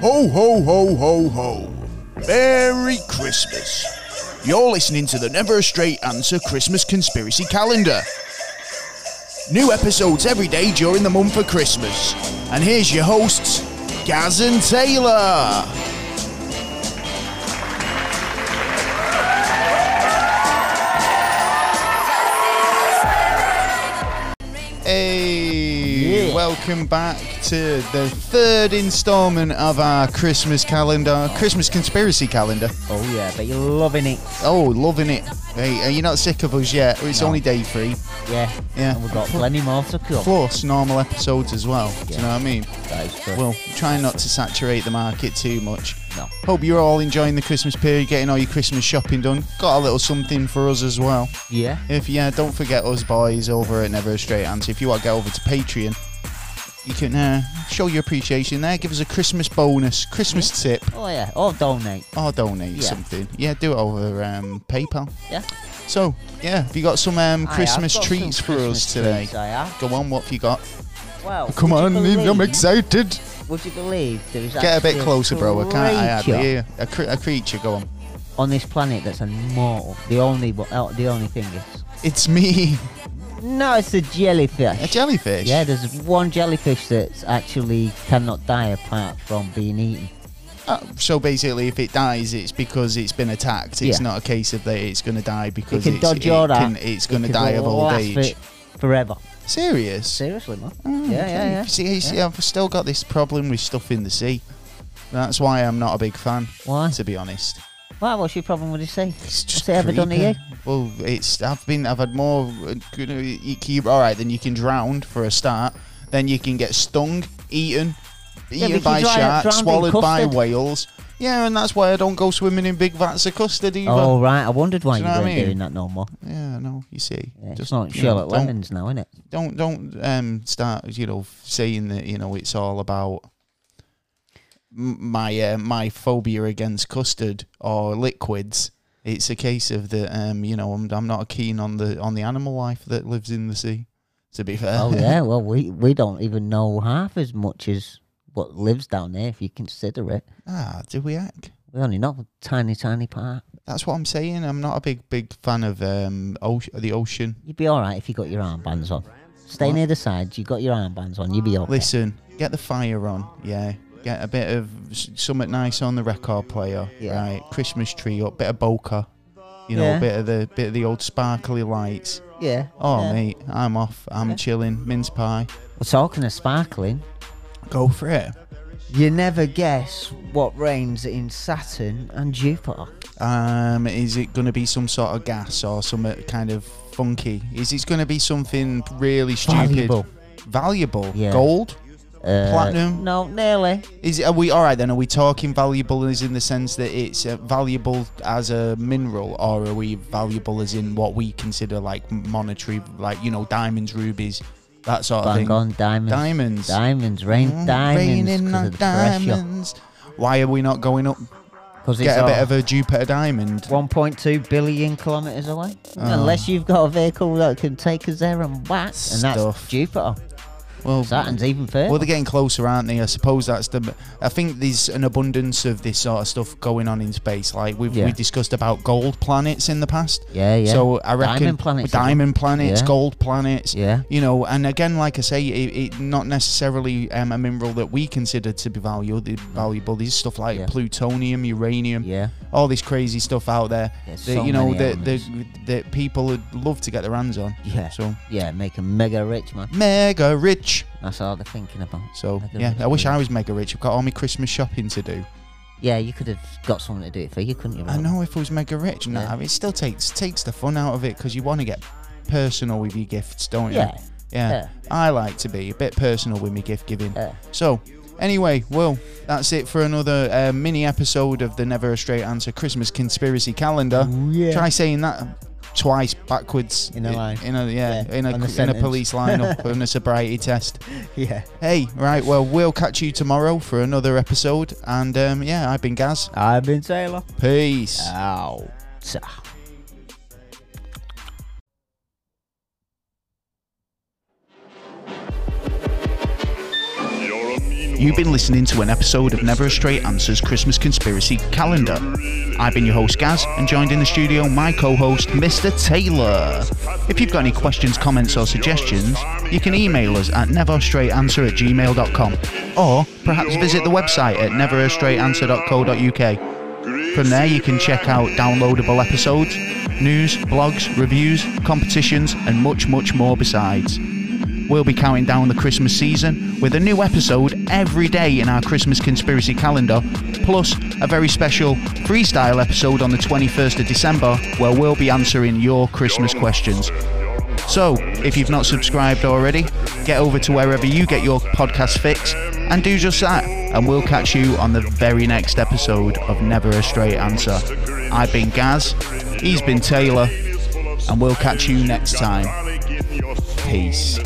Ho, ho, ho, ho, ho. Merry Christmas. You're listening to the Never a Straight Answer Christmas Conspiracy Calendar. New episodes every day during the month for Christmas. And here's your hosts, Gaz and Taylor. Hey, welcome back to the third installment of our Christmas calendar, Christmas conspiracy calendar. Oh yeah, but you're loving it. Oh, loving it. Hey, are you not sick of us yet? It's No. only day three, Yeah. Yeah. And we've got plenty more to come. plus normal episodes as well. Do you Yeah. know what I mean? That is true. Well, try not to saturate the market too much. no. Hope you're all enjoying the Christmas period, getting all your Christmas shopping done. Got a little something for us as well. Yeah. If yeah, don't forget us boys over at Never a Straight Answer. If you want to get over to Patreon, you can uh, show your appreciation there. Give us a Christmas bonus, Christmas tip, Oh yeah. Or donate. or donate Yeah. something. Yeah, do it over um, PayPal. Yeah. So yeah, have you got some um, Aye, I've Christmas got some treats for Christmas us today? treats, I have. Go on, what have you got? Well. Come would on, you I'm believe- excited. Would you believe there is Get a bit actually closer, bro. I can't. I hardly creature hear. A, cre- a creature. Go on. On this planet that's immortal. The only, wo- oh, the only thing is. It's me, No, it's a jellyfish. a jellyfish. yeah, there's one jellyfish that's actually cannot die apart from being eaten. Uh, so basically, if it dies, it's because it's been attacked. It's Yeah. not a case of that it's going to die because It can it's, dodge it all that. can- it's It going to can die of old last age. for- forever. Serious? Seriously, man. Oh, yeah, okay. yeah, yeah. See, see, I've still got this problem with stuff in the sea. That's why I'm not a big fan, Why? to be honest. Why? What's your problem with the sea? It's just it ever done to creepy. Well, it's I've been I've had more. uh, You know, you keep all right. Then you can drown for a start. Then you can get stung, eaten, Yeah, eaten but by you dry- sharks, drowned in swallowed by custard. whales. Yeah, and that's why I don't go swimming in big vats of custard either. Oh right, I wondered why Do you you know weren't what I mean? doing that no more. Yeah, no, you see, Yeah, just it's not you know, Charlotte don't- Lemons now, innit? Don't don't um start you know saying that you know it's all about m- my uh, my phobia against custard or liquids. It's a case of that um you know I'm I'm not keen on the on the animal life that lives in the sea. To be fair, Oh yeah, well we we don't even know half as much as what lives down there if you consider it. ah, do we act? We only know a tiny, tiny part. That's what I'm saying. I'm not a big big fan of um ocean, the ocean. You'd be all right if you got your armbands on. Stay near the sides. You got your armbands on. You'd be okay. Listen, get the fire on, yeah. Get a bit of s- something nice on the record player, Yeah. right? Christmas tree up, bit of bokeh, you know, Yeah. bit of the bit of the old sparkly lights. Yeah. Oh yeah. mate, I'm off. I'm Yeah. chilling. Mince pie. We're talking of sparkling. Go for it. You never guess what reigns in Saturn and Jupiter. Um, is it going to be some sort of gas or some uh, kind of funky? Is it going to be something really stupid? Valuable. Valuable. Yeah. Gold. Uh, Platinum? No, nearly. Is it, are we all right then? Are we talking valuable as in the sense that it's uh, valuable as a mineral, or are we valuable as in what we consider like monetary, like you know, diamonds, rubies, that sort of Bang thing? on diamonds. Diamonds. Diamonds. Rain Mm, diamonds. raining 'cause on of the pressure. diamonds. Why are we not going up? 'Cause it's Get a bit all- of a Jupiter diamond. 1.2 billion kilometres away. Oh. Unless you've got a vehicle that can take us there and back, and Stuff. that's Jupiter. Well, Saturn's even further. well, they're getting closer, aren't they? I suppose that's the. I think there's an abundance of this sort of stuff going on in space. Like we've Yeah. we discussed about gold planets in the past. yeah, yeah. So I reckon Diamond planets. diamond planets, Yeah. gold planets. Yeah. You know, and again, like I say, it, it not necessarily um, a mineral that we consider to be valuable. valuable. There's stuff like Mm. Yeah. plutonium, uranium, Yeah. all this cisy stuff out there There's that so you know many that, that elements. that people would love to get their hands on. Yeah. So Yeah, make 'em mega rich, man. mega rich. That's all they're thinking about. So Mega yeah, rich, I wish yeah. I was mega rich. I've got all my Christmas shopping to do. Yeah, you could have got someone to do it for you, couldn't you? I Rob? know if I was mega rich, nah, Yeah. it still takes takes the fun out of it because you want to get personal with your gifts, don't you? Yeah. Yeah. I like to be a bit personal with my gift giving. Yeah. So, anyway, well, that's it for another uh, mini episode of the Never a Straight Answer Christmas Conspiracy Calendar. yeah. Try saying that twice backwards In a i- line. In a yeah, Yeah, in a on a in a sentence. police lineup and a sobriety test. yeah. Hey, right, well, we'll catch you tomorrow for another episode. And um, yeah, I've been Gaz. I've been Taylor. Peace. Ow. You're a mean You've been listening to an episode of Never a Straight Answers Christmas Conspiracy Calendar. I've been your host, Gaz, and joined in the studio my co host, Mr. Taylor. If you've got any questions, comments, or suggestions, you can email us at neverstraightanswer at gmail.com or perhaps visit the website at neverstraightanswer.co.uk. From there, you can check out downloadable episodes, news, blogs, reviews, competitions, and much, much more besides. We'll be counting down the Christmas season with a new episode every day in our Christmas conspiracy calendar, plus a very special freestyle episode on the 21st of December where we'll be answering your Christmas questions. So, if you've not subscribed already, get over to wherever you get your podcast fix and do just that. And we'll catch you on the very next episode of Never a Straight Answer. I've been Gaz, he's been Taylor, and we'll catch you next time. Peace.